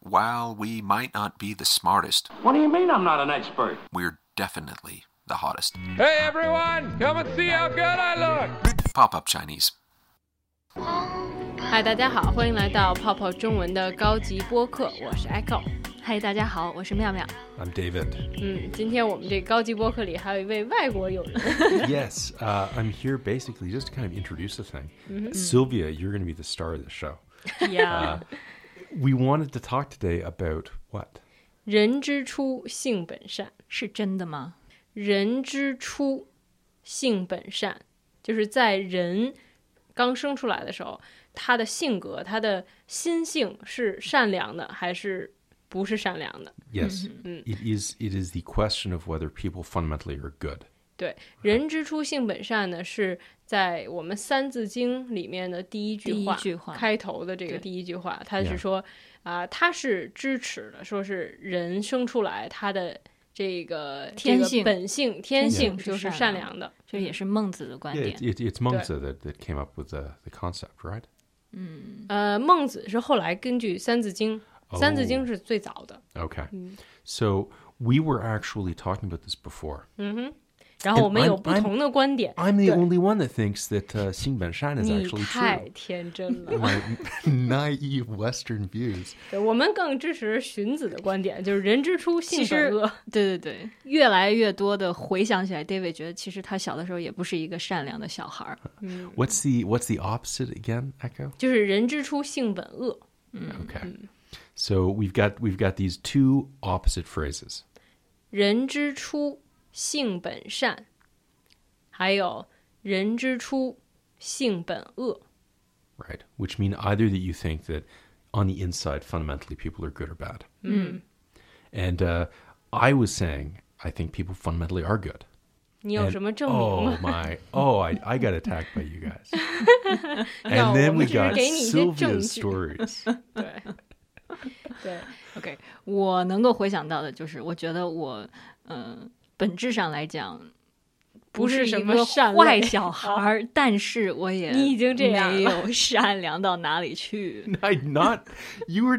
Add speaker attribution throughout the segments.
Speaker 1: While we might not be the smartest,
Speaker 2: What do you mean I'm not an expert?
Speaker 1: we're definitely the hottest.
Speaker 3: Hey everyone, come and see how good I look!
Speaker 1: Pop up Chinese.
Speaker 4: 嗨，大家好，欢迎来到泡泡中文的高级播客，我是 Echo。嗨，大家好，我是妙妙。
Speaker 5: I'm David.
Speaker 4: 嗯，今天我们这高级播客里还有一位外国友 人，
Speaker 5: yes, uh, I'm here basically just to kind of introduce the thing. Sylvia, you're going to be the star of the show.
Speaker 4: yeah.
Speaker 5: We wanted to talk today about what?
Speaker 4: 人之初，性本善。
Speaker 6: 是真的吗？
Speaker 4: 人之初，性本善，就是在人刚生出来的时候，他的性格、他的心性是善良的，还是不是善良的？
Speaker 5: Yes, it is. It is the question of whether people fundamentally are good.
Speaker 4: 对，“人之初，性本善”呢，是在我们《三字经》里面的第一句话，
Speaker 6: 第一句话
Speaker 4: 开头的这个
Speaker 6: 对
Speaker 4: 第一句话，他是
Speaker 5: Yeah
Speaker 4: 说啊、他是支持的，说是人生出来他的这个
Speaker 6: 天
Speaker 4: 这个
Speaker 6: 性
Speaker 4: 本性、天性
Speaker 6: 性是
Speaker 4: 就是善
Speaker 6: 善
Speaker 4: 良的。
Speaker 6: 这也是孟子的观点
Speaker 5: Yeah, it, it, it's Mengzi that, that came up with the, the concept, right?
Speaker 4: 呃，孟子是后来根据《三字经》，三字经》
Speaker 5: 哦
Speaker 4: 是最早的。
Speaker 5: Okay. So we were actually talking about this before.
Speaker 4: 然后我们
Speaker 5: I'm-
Speaker 4: 有不
Speaker 5: I'm-
Speaker 4: 同的观点。
Speaker 5: I'm the only one that thinks that uh, Xing Shan is
Speaker 4: 你
Speaker 5: actually
Speaker 4: 太
Speaker 5: true.
Speaker 4: 天真了，
Speaker 5: My naive Western views.
Speaker 4: 对我们更支持荀子的观点，就是“人之初，性
Speaker 6: 其实
Speaker 4: 本恶”。，
Speaker 6: 对对对，越来越多的回想起来，David 觉得其实他小的时候也不是一个善良的小孩儿。
Speaker 5: What's the what's the opposite again, Echo?
Speaker 4: 就是人之初性本恶，
Speaker 5: Okay. So we've got we've got these two opposite phrases.
Speaker 4: 人之初性本善，还有人之初性本恶。
Speaker 5: Right. Which mean either that you think that on the inside, fundamentally, people are good or bad. And uh, I was saying, I think people fundamentally are good.
Speaker 4: 你有
Speaker 5: And-
Speaker 4: 什么证明
Speaker 5: oh
Speaker 4: 吗？
Speaker 5: my! Oh, I, I got attacked by you guys.
Speaker 4: 要
Speaker 5: and then
Speaker 4: 我们
Speaker 5: we
Speaker 4: 只是
Speaker 5: got
Speaker 4: 给你一些证
Speaker 5: Sylvia's
Speaker 4: 据。
Speaker 5: stories.
Speaker 4: 对对，
Speaker 6: OK，我能够回想到的就是，我觉得我，嗯、本质上来讲。
Speaker 4: 不是什
Speaker 6: 一
Speaker 4: 么
Speaker 6: 个
Speaker 4: 善
Speaker 6: 坏
Speaker 4: 类
Speaker 6: 小孩儿，但是我也
Speaker 4: 你已经这样
Speaker 6: 没
Speaker 4: 了
Speaker 6: 有善良到哪里去。
Speaker 5: I not you were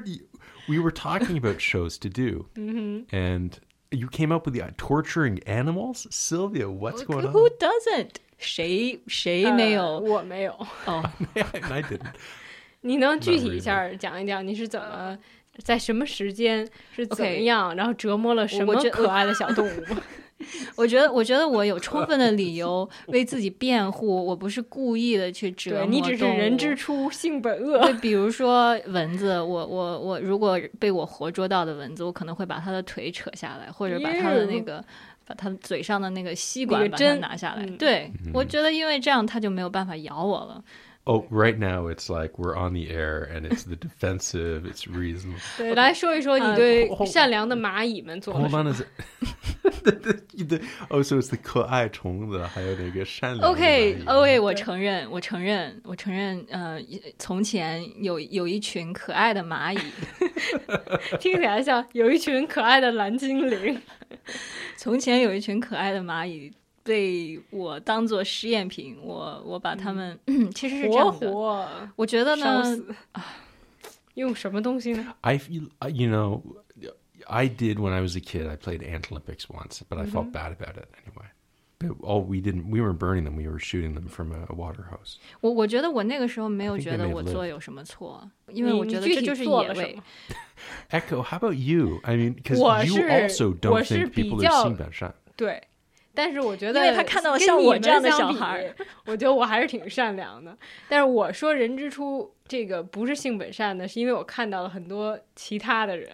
Speaker 5: we were talking about shows to do, and you came up with the uh, torturing animals, Sylvia. What's going on?
Speaker 6: Who doesn't？谁谁没
Speaker 4: 呃
Speaker 6: 有？
Speaker 4: 我没有。
Speaker 6: 哦，
Speaker 5: and I didn't.
Speaker 4: 你能具体一下儿讲一讲你是怎么？在什么时间是怎么
Speaker 6: OK
Speaker 4: 样然后折磨了什
Speaker 6: 我
Speaker 4: 么
Speaker 6: 觉
Speaker 4: 可爱的小动 物？
Speaker 6: 我觉得，我觉得我有充分的理由为自己辩护，我不是故意的去折磨
Speaker 4: 对你只是
Speaker 6: 动物
Speaker 4: 人之。初性本恶。
Speaker 6: 对，比如说蚊子，我我我，如果被我活捉到的蚊子，我可能会把它的腿扯下来，或者把它的那
Speaker 4: Ew
Speaker 6: 个，把它嘴上的那个吸
Speaker 4: 那
Speaker 6: 管
Speaker 4: 个
Speaker 6: 把它
Speaker 4: 针
Speaker 6: 拿下来。
Speaker 4: 嗯
Speaker 6: 对，我觉得因为这样它就没有办法咬我了。
Speaker 5: Oh, right now it's like we're on the air and it's the defensive. It's reasonable.
Speaker 4: 对，来说一说你
Speaker 6: 呃
Speaker 4: 对
Speaker 5: 后
Speaker 4: 善良的蚂蚁们做了什
Speaker 5: Hold
Speaker 4: 么
Speaker 5: on, is it? the, the, the, oh, so it's the 可爱虫子，还有那个善良的
Speaker 6: OK
Speaker 5: 蚂蚁。
Speaker 6: OK，我承认，我承认，我承认，呃，从前有有一群可爱的蚂蚁，
Speaker 4: 听起来像有一群可爱的蓝精灵。
Speaker 6: 从前有一群可爱的蚂蚁被我当做实验品，我我把它们、嗯 其实是这
Speaker 4: 活
Speaker 6: 样的。
Speaker 4: 活
Speaker 6: 我觉得
Speaker 4: 烧
Speaker 6: 呢，
Speaker 4: 死，用什么东西呢？
Speaker 5: I feel, I- you know, I did when I was a kid. I played Ant Olympics once, but I felt bad about it anyway. But all we didn't, we weren't burning them. We were shooting them from a, a water hose.
Speaker 6: 我我觉得我那个时候没有
Speaker 5: I think
Speaker 6: 觉
Speaker 5: they
Speaker 6: 得
Speaker 5: may
Speaker 6: 我
Speaker 5: have
Speaker 6: 做
Speaker 5: lived.
Speaker 6: 有什么错，因为
Speaker 4: 你
Speaker 6: 我觉得
Speaker 4: 你具
Speaker 6: 这
Speaker 4: 体
Speaker 6: 就是
Speaker 4: 做了
Speaker 6: 野
Speaker 4: 什
Speaker 6: 味
Speaker 4: 么。
Speaker 5: Echo, how about you? I mean, because
Speaker 4: Well,
Speaker 5: you
Speaker 4: sure.
Speaker 5: also
Speaker 4: Well,
Speaker 5: don't
Speaker 4: sure,
Speaker 5: think people
Speaker 4: 比较-
Speaker 5: are seen by shot.
Speaker 4: 对，但是我觉得，
Speaker 6: 因为他看到了像我这样的小孩 儿，
Speaker 4: 我觉得我还是挺善良的。但是我说“人之初”这个不是性本善的，是因为我看到了很多其他的人。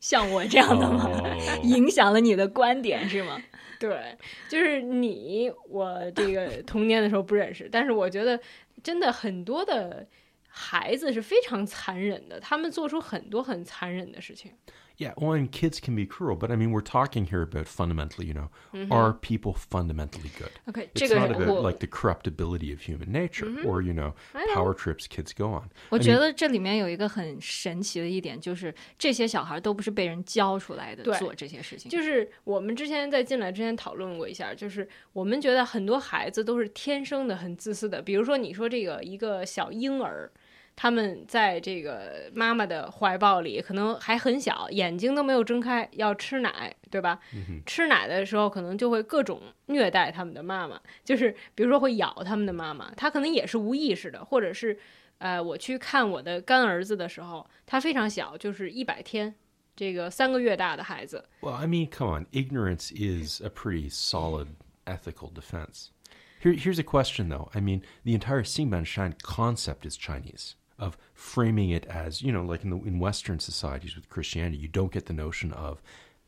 Speaker 6: 像我这样的吗？
Speaker 5: Oh,
Speaker 6: 影响了你的观点是吗？
Speaker 4: 对，就是你，我这 个童年的时候不认识，但是我觉得真的很多的孩子是非常残忍的，他们做出很多很残忍的事情。
Speaker 5: yeah. Well, and kids can be cruel, but I mean, we're talking here about fundamentally. You know, are people fundamentally good?
Speaker 6: OK，这
Speaker 5: It's
Speaker 6: 个
Speaker 5: not
Speaker 6: 是
Speaker 5: about
Speaker 6: 我
Speaker 5: like the corruptibility of human nature, or you Mm-hmm. know, power trips kids go on.
Speaker 6: 我
Speaker 5: I
Speaker 6: 觉
Speaker 5: mean,
Speaker 6: 得这里面有一个很神奇的一点，就是这些小孩都不是被人教出来的
Speaker 4: 对
Speaker 6: 做这些事情，
Speaker 4: 就是我们之前在进来之前讨论过一下，就是我们觉得很多孩子都是天生的很自私的，比如说你说这个一个小婴儿，他们在这个妈妈的怀抱里，可能还很小，眼睛都没有睁开，要吃奶，对吧？吃奶的时候，可能就会各种虐待他们的妈妈，就是比如说会咬他们的妈妈，他可能也是无意识的，或者是，呃，我去看我的干儿子的时候，他非常小，就是一百天，这个三个月大的孩子，
Speaker 5: Well, I mean, come on. Ignorance is a pretty solid ethical defense. Here, here's a question, though. I mean, the entire Xingban Shan concept is Chinese, of framing it as, you know, like in, the, in Western societies with Christianity, you don't get the notion of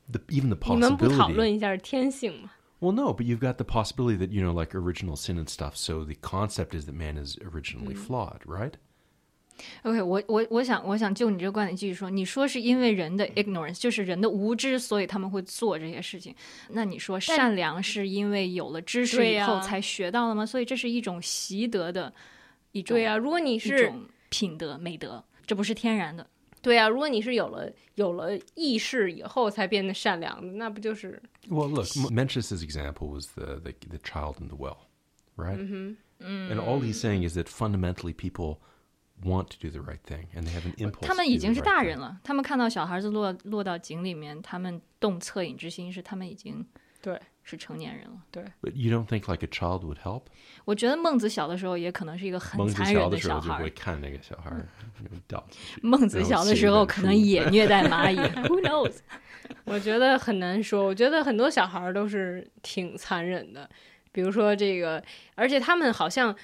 Speaker 5: the, even the
Speaker 4: 你们不讨论
Speaker 5: possibility.
Speaker 4: 一下天性吗？
Speaker 5: Well, no, but you've got the possibility that, you know, like original sin and stuff. So the concept is that man is originally flawed, right?
Speaker 6: OK，我我我想我想就你这个观点继续说，你说是因为人的 ignorance，就是人的无知，所以他们会做这些事情。那你说善良是因为有了知识
Speaker 4: 对
Speaker 6: 以
Speaker 4: 呀
Speaker 6: 后才学到了吗？所以这是一种习得的一种
Speaker 4: 对呀、如果你
Speaker 6: 一
Speaker 4: 是
Speaker 6: 种品德美德，这不是天然的。
Speaker 4: 对啊，如果你是有了有了意识以后才变得善良的，那不就是
Speaker 5: Well, look, M- Mencius's example was the, the the child in the well, right? Mm-hmm. And all he's saying is that fundamentally people want to do the right thing, and they have an impulse.
Speaker 6: 他
Speaker 5: to
Speaker 6: 们
Speaker 5: do
Speaker 6: 已
Speaker 5: the
Speaker 6: 经是
Speaker 5: right
Speaker 6: 大
Speaker 5: thing.
Speaker 6: 人了，他们看到小孩子落落到井里面，他们动恻隐之心是他们已经
Speaker 4: 对
Speaker 6: 是成年人了。
Speaker 4: 对？
Speaker 5: But you don't think like a child would help?
Speaker 6: 我觉得孟子小的时候也可能是一个很残忍的小孩儿，孟子小的时候可能也虐待蚂蚁 ，Who knows？
Speaker 4: 我觉得很难说，我觉得很多小孩儿都是挺残忍的，比如说这个，而且他们好像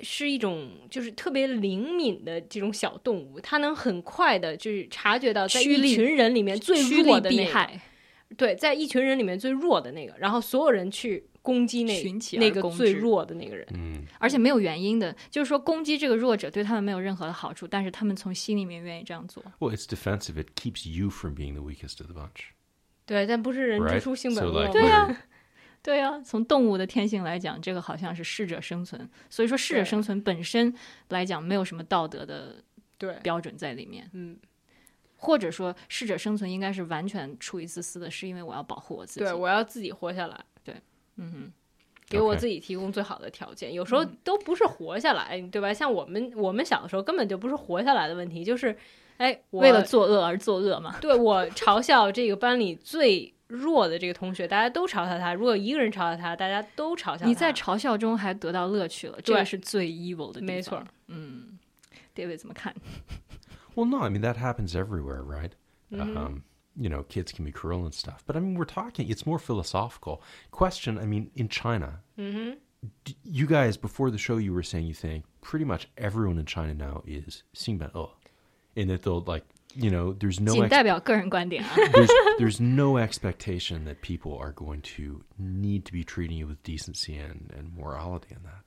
Speaker 4: 是一种就是特别灵敏的这种小动物，它能很快的就是察觉到在
Speaker 6: 趋利
Speaker 4: 一群人里面最
Speaker 6: 趋
Speaker 4: 弱
Speaker 6: 利
Speaker 4: 的
Speaker 6: 避
Speaker 4: 那个，
Speaker 6: 害，
Speaker 4: 对，在一群人里面最弱的那个，然后所有人去攻击那
Speaker 6: 群起而
Speaker 4: 那个
Speaker 6: 攻之
Speaker 4: 最弱的那个人，
Speaker 6: 而
Speaker 4: 嗯
Speaker 6: 且没有原因的，就是说攻击这个弱者对他们没有任何的好处，但是他们从心里面愿意这样做。
Speaker 5: Well, it's defensive. It keeps you from being the weakest of the bunch,
Speaker 4: 对，但不是人之
Speaker 5: right?
Speaker 4: 初性本
Speaker 5: So,
Speaker 4: 恶
Speaker 5: like,
Speaker 4: 嘛。
Speaker 5: we're-
Speaker 6: 对啊，从动物的天性来讲，这个好像是适者生存，所以说适者
Speaker 4: 对
Speaker 6: 生存本身来讲没有什么道德的
Speaker 4: 对，
Speaker 6: 标准在里面，
Speaker 4: 嗯，
Speaker 6: 或者说适者生存应该是完全出于自私的，是因为我要保护我自己。
Speaker 4: 对我要自己活下来，
Speaker 6: 嗯哼，
Speaker 4: 给我
Speaker 5: OK
Speaker 4: 自己提供最好的条件。有时候都不是活下来，对吧？像我们我们小的时候根本就不是活下来的问题，就是哎，我
Speaker 6: 为了作恶而作恶 嘛。
Speaker 4: 对我嘲笑这个班里最弱的这个同学，大家都嘲笑他。如果一个人嘲笑他，大家都嘲笑他。
Speaker 6: 你在嘲笑中还得到乐趣了，这个
Speaker 4: 对
Speaker 6: 是最 evil 的地方。
Speaker 4: 没错，
Speaker 6: 嗯，David 怎么看？
Speaker 5: Well, no, I mean that happens everywhere, right?
Speaker 4: Mm-hmm.
Speaker 5: Um, you know, kids can be cruel and stuff, but I mean, we're talking. It's more philosophical question. I mean, in China,
Speaker 4: Mm-hmm.
Speaker 5: d- you guys before the show, you were saying you think pretty much everyone in China now is Xingban E, and that they'll like, you know, there's no
Speaker 6: 仅
Speaker 5: ex-
Speaker 6: 代表个人观点啊。
Speaker 5: there's, there's no expectation that people are going to need to be treating you with decency and, and morality and that.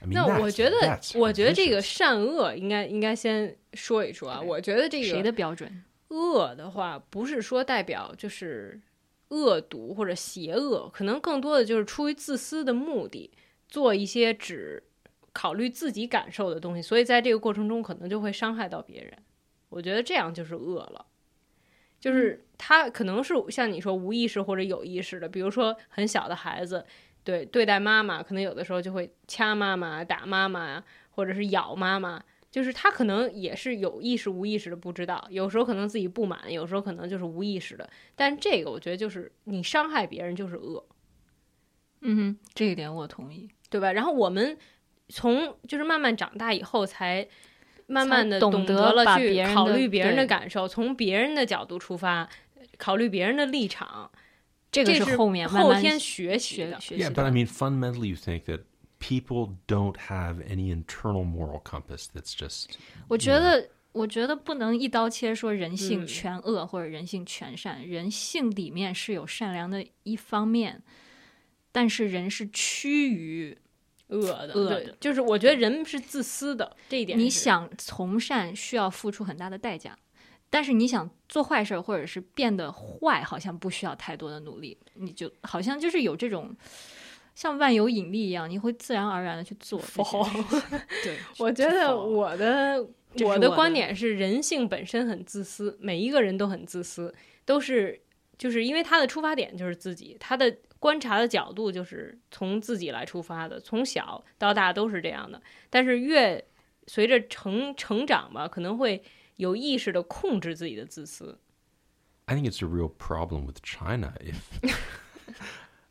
Speaker 5: I mean,
Speaker 4: 那
Speaker 5: that's,
Speaker 4: 我觉得
Speaker 5: that's，
Speaker 4: 我觉得这个
Speaker 5: vicious.
Speaker 4: 善恶应该应该先说一说啊。我觉得这个
Speaker 6: 谁的标准？
Speaker 4: 恶的话，不是说代表就是恶毒或者邪恶，可能更多的就是出于自私的目的，做一些只考虑自己感受的东西，所以在这个过程中可能就会伤害到别人。我觉得这样就是恶了，就是他可能是像你说无意识或者有意识的，比如说很小的孩子。对，对待妈妈，可能有的时候就会掐妈妈、打妈妈，或者是咬妈妈，就是他可能也是有意识无意识的不知道，有时候可能自己不满，有时候可能就是无意识的。但这个我觉得就是你伤害别人就是恶，
Speaker 6: 嗯哼，这一点我同意。
Speaker 4: 对吧？然后我们从就是慢慢长大以后才。慢慢的
Speaker 6: 懂
Speaker 4: 懂
Speaker 6: 得
Speaker 4: 得了
Speaker 6: 把
Speaker 4: 去
Speaker 6: 别人的
Speaker 4: 考虑别人的
Speaker 6: 对
Speaker 4: 感受，从别人的角度出发，考虑别人的立场，
Speaker 6: 这个
Speaker 4: 这
Speaker 6: 是后面慢
Speaker 4: 后
Speaker 6: 慢
Speaker 4: 天学习
Speaker 6: 学
Speaker 4: 的。
Speaker 6: 学习
Speaker 5: Yeah,
Speaker 6: 的。
Speaker 5: but I mean, fundamentally, you think that people don't have any internal moral compass that's just.
Speaker 6: 我觉得，我觉得不能一刀切说人性
Speaker 4: 嗯
Speaker 6: 全恶或者人性全善，人性里面是有善良的一方面，但是人是趋于
Speaker 4: 恶的，
Speaker 6: 恶
Speaker 4: 对
Speaker 6: 的
Speaker 4: 就是我觉得人是自私的这一点是。
Speaker 6: 你想从善需要付出很大的代价，但是你想做坏事儿或者是变得坏，好像不需要太多的努力，你就好像就是有这种像万有引力一样，你会自然而然的去做这些 事情。对，
Speaker 4: 我觉得我的
Speaker 6: 这是
Speaker 4: 我
Speaker 6: 我
Speaker 4: 的
Speaker 6: 的
Speaker 4: 观点是，人性本身很自私，每一个人都很自私，都是就是因为他的出发点就是自己，他的观察的角度就是从自己来出发的，从小到大都是这样的。但是越随着成成长吧，可能会有意识的控制自己的自私。
Speaker 5: I think it's a real problem with China. If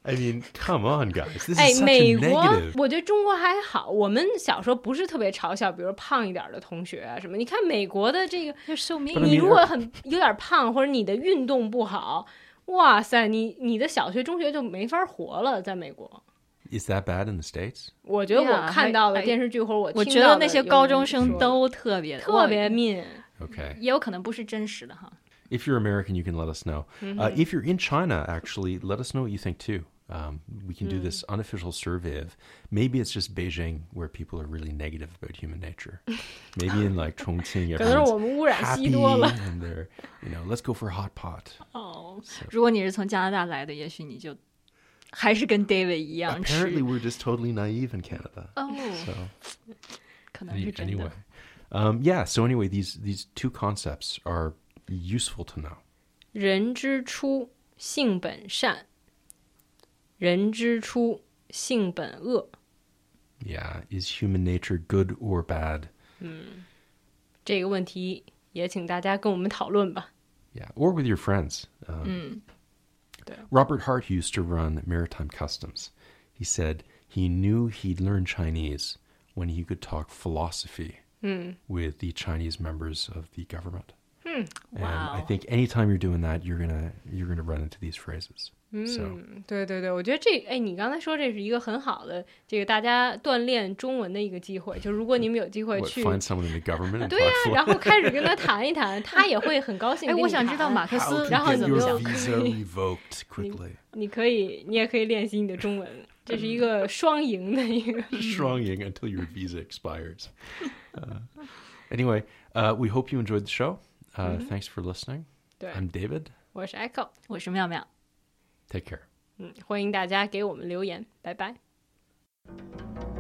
Speaker 5: I mean, come on, guys, this
Speaker 4: 哎
Speaker 5: is，such
Speaker 4: 美
Speaker 5: a
Speaker 4: 国
Speaker 5: negative.
Speaker 4: 我觉得中国还好，我们小时候不是特别嘲笑，比如胖一点儿的同学啊什么。你看美国的这个，
Speaker 6: 就是寿命
Speaker 5: But I
Speaker 4: 你
Speaker 5: mean,
Speaker 4: 如果很有点胖，或者你的运动不好，哇塞，你你的小学、中学就没法活了。在美国，
Speaker 5: Is that bad in the states?
Speaker 4: 我觉得
Speaker 6: Yeah，
Speaker 4: 我看到的
Speaker 6: 还
Speaker 4: 电视剧或者啊我
Speaker 6: 我
Speaker 4: 听
Speaker 6: 觉
Speaker 4: 到
Speaker 6: 得
Speaker 4: 的
Speaker 6: 那些
Speaker 4: 有
Speaker 6: 高
Speaker 4: 人
Speaker 6: 中生
Speaker 4: 说
Speaker 6: 都特别的
Speaker 4: 特别，敏，
Speaker 5: Okay.
Speaker 6: 也有可能不是真实的哈。
Speaker 5: If you're American, you can let us know. Uh,
Speaker 4: Mm-hmm.
Speaker 5: if you're in China, actually, let us know what you think too. Um, we can do
Speaker 4: Mm.
Speaker 5: this unofficial survey of maybe it's just Beijing where people are really negative about human nature. Maybe in like Chongqing,
Speaker 4: 可能是我
Speaker 5: everyone's
Speaker 4: 们污染西
Speaker 5: happy
Speaker 4: 多了。Oh,
Speaker 5: and they're you know let's go for a hot pot.
Speaker 6: 哦，如果你是从加拿大来的，也许你就还是跟 David 一样
Speaker 5: Apparently,
Speaker 6: 吃
Speaker 5: we're just totally naive in Canada.
Speaker 4: Oh,
Speaker 6: 哦，
Speaker 5: So
Speaker 6: 可能是
Speaker 5: any,
Speaker 6: 真
Speaker 5: anyway,
Speaker 6: 的。
Speaker 5: um, yeah. So anyway, these these two concepts are useful to know.
Speaker 4: 人之初，性本善；人之初，性本恶。
Speaker 5: Yeah, is human nature good or bad?
Speaker 4: 这个问题也请大家跟我们讨论吧。
Speaker 5: Yeah, or with your friends. Um, Robert Hart used to run maritime customs. He said he knew he'd learn Chinese when he could talk philosophy with the Chinese members of the government. And I
Speaker 6: Wow.
Speaker 5: think anytime you're doing that, you're gonna you're gonna run into these phrases. So
Speaker 4: 嗯，对对对，我觉得这哎，你刚才说这是一个很好的这个大家锻炼中文的一个机会，就如果你们有机会
Speaker 5: what,
Speaker 4: 去。
Speaker 5: find someone in the government and
Speaker 4: 对呀、
Speaker 5: talk philo-
Speaker 4: 然后开始跟他谈一谈，他也会很高兴
Speaker 6: 哎，
Speaker 4: 跟你谈。
Speaker 6: 我想知道马克
Speaker 5: How
Speaker 6: 思
Speaker 5: to
Speaker 4: 然后
Speaker 5: get
Speaker 4: 你
Speaker 5: your
Speaker 4: 就
Speaker 5: visa revoked quickly.
Speaker 4: 你可以，你也可以练习你的中文，这是一个双赢的一
Speaker 5: 嗯
Speaker 4: 个。
Speaker 5: Shronging until your visa expires. Uh, anyway, uh, we hope you enjoyed the show. Uh, Thanks for listening.
Speaker 4: 对，
Speaker 5: I'm David.
Speaker 4: 我是 Echo，
Speaker 6: 我是妙妙。
Speaker 5: Take care.
Speaker 4: 嗯，欢迎大家给我们留言，拜拜。